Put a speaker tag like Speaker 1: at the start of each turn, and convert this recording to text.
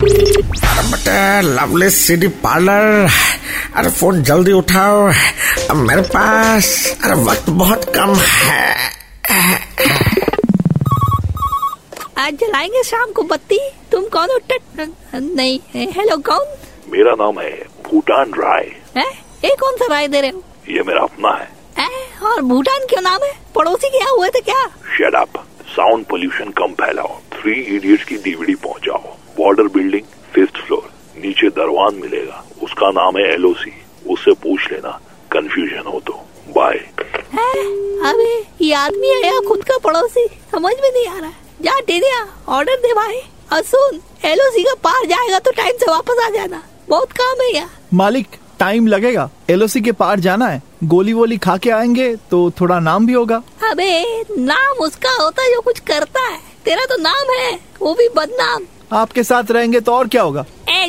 Speaker 1: अरे बटे lovely city parlour अरे फोन जल्दी उठाओ अब मेरे पास अरे वक्त बहुत कम है
Speaker 2: आज जलाएंगे शाम को बत्ती तुम कौन हो टट नहीं हेलो कौन
Speaker 3: मेरा नाम है भूटान राय
Speaker 2: है ये कौन सा राय दे रहे हो
Speaker 3: ये मेरा अपना है
Speaker 2: हैं? और भूटान क्यों नाम है पड़ोसी क्या हुए थे क्या
Speaker 3: शेड अप साउंड पोल्यूशन कम फैलाओ थ्री इडियट्स की डीवीडी पहुंचाओ बॉर्डर बिल्डिंग फिफ्थ फ्लोर नीचे दरवान मिलेगा उसका नाम है एलओसी उससे पूछ लेना कंफ्यूजन हो तो बाय
Speaker 2: है अरे ये आदमी है या खुद का पड़ोसी समझ में नहीं आ रहा जा टेरिया ऑर्डर दे भाई और सुन एलओसी का पार जाएगा तो टाइम से वापस आ जाना बहुत काम है यार
Speaker 4: मालिक टाइम लगेगा एलओसी के पार जाना है गोली वोली खा के आएंगे तो थोड़ा नाम भी होगा
Speaker 2: अबे नाम उसका होता है जो कुछ करता है तेरा तो नाम है वो भी बदनाम
Speaker 4: आपके साथ रहेंगे तो और क्या होगा
Speaker 2: ए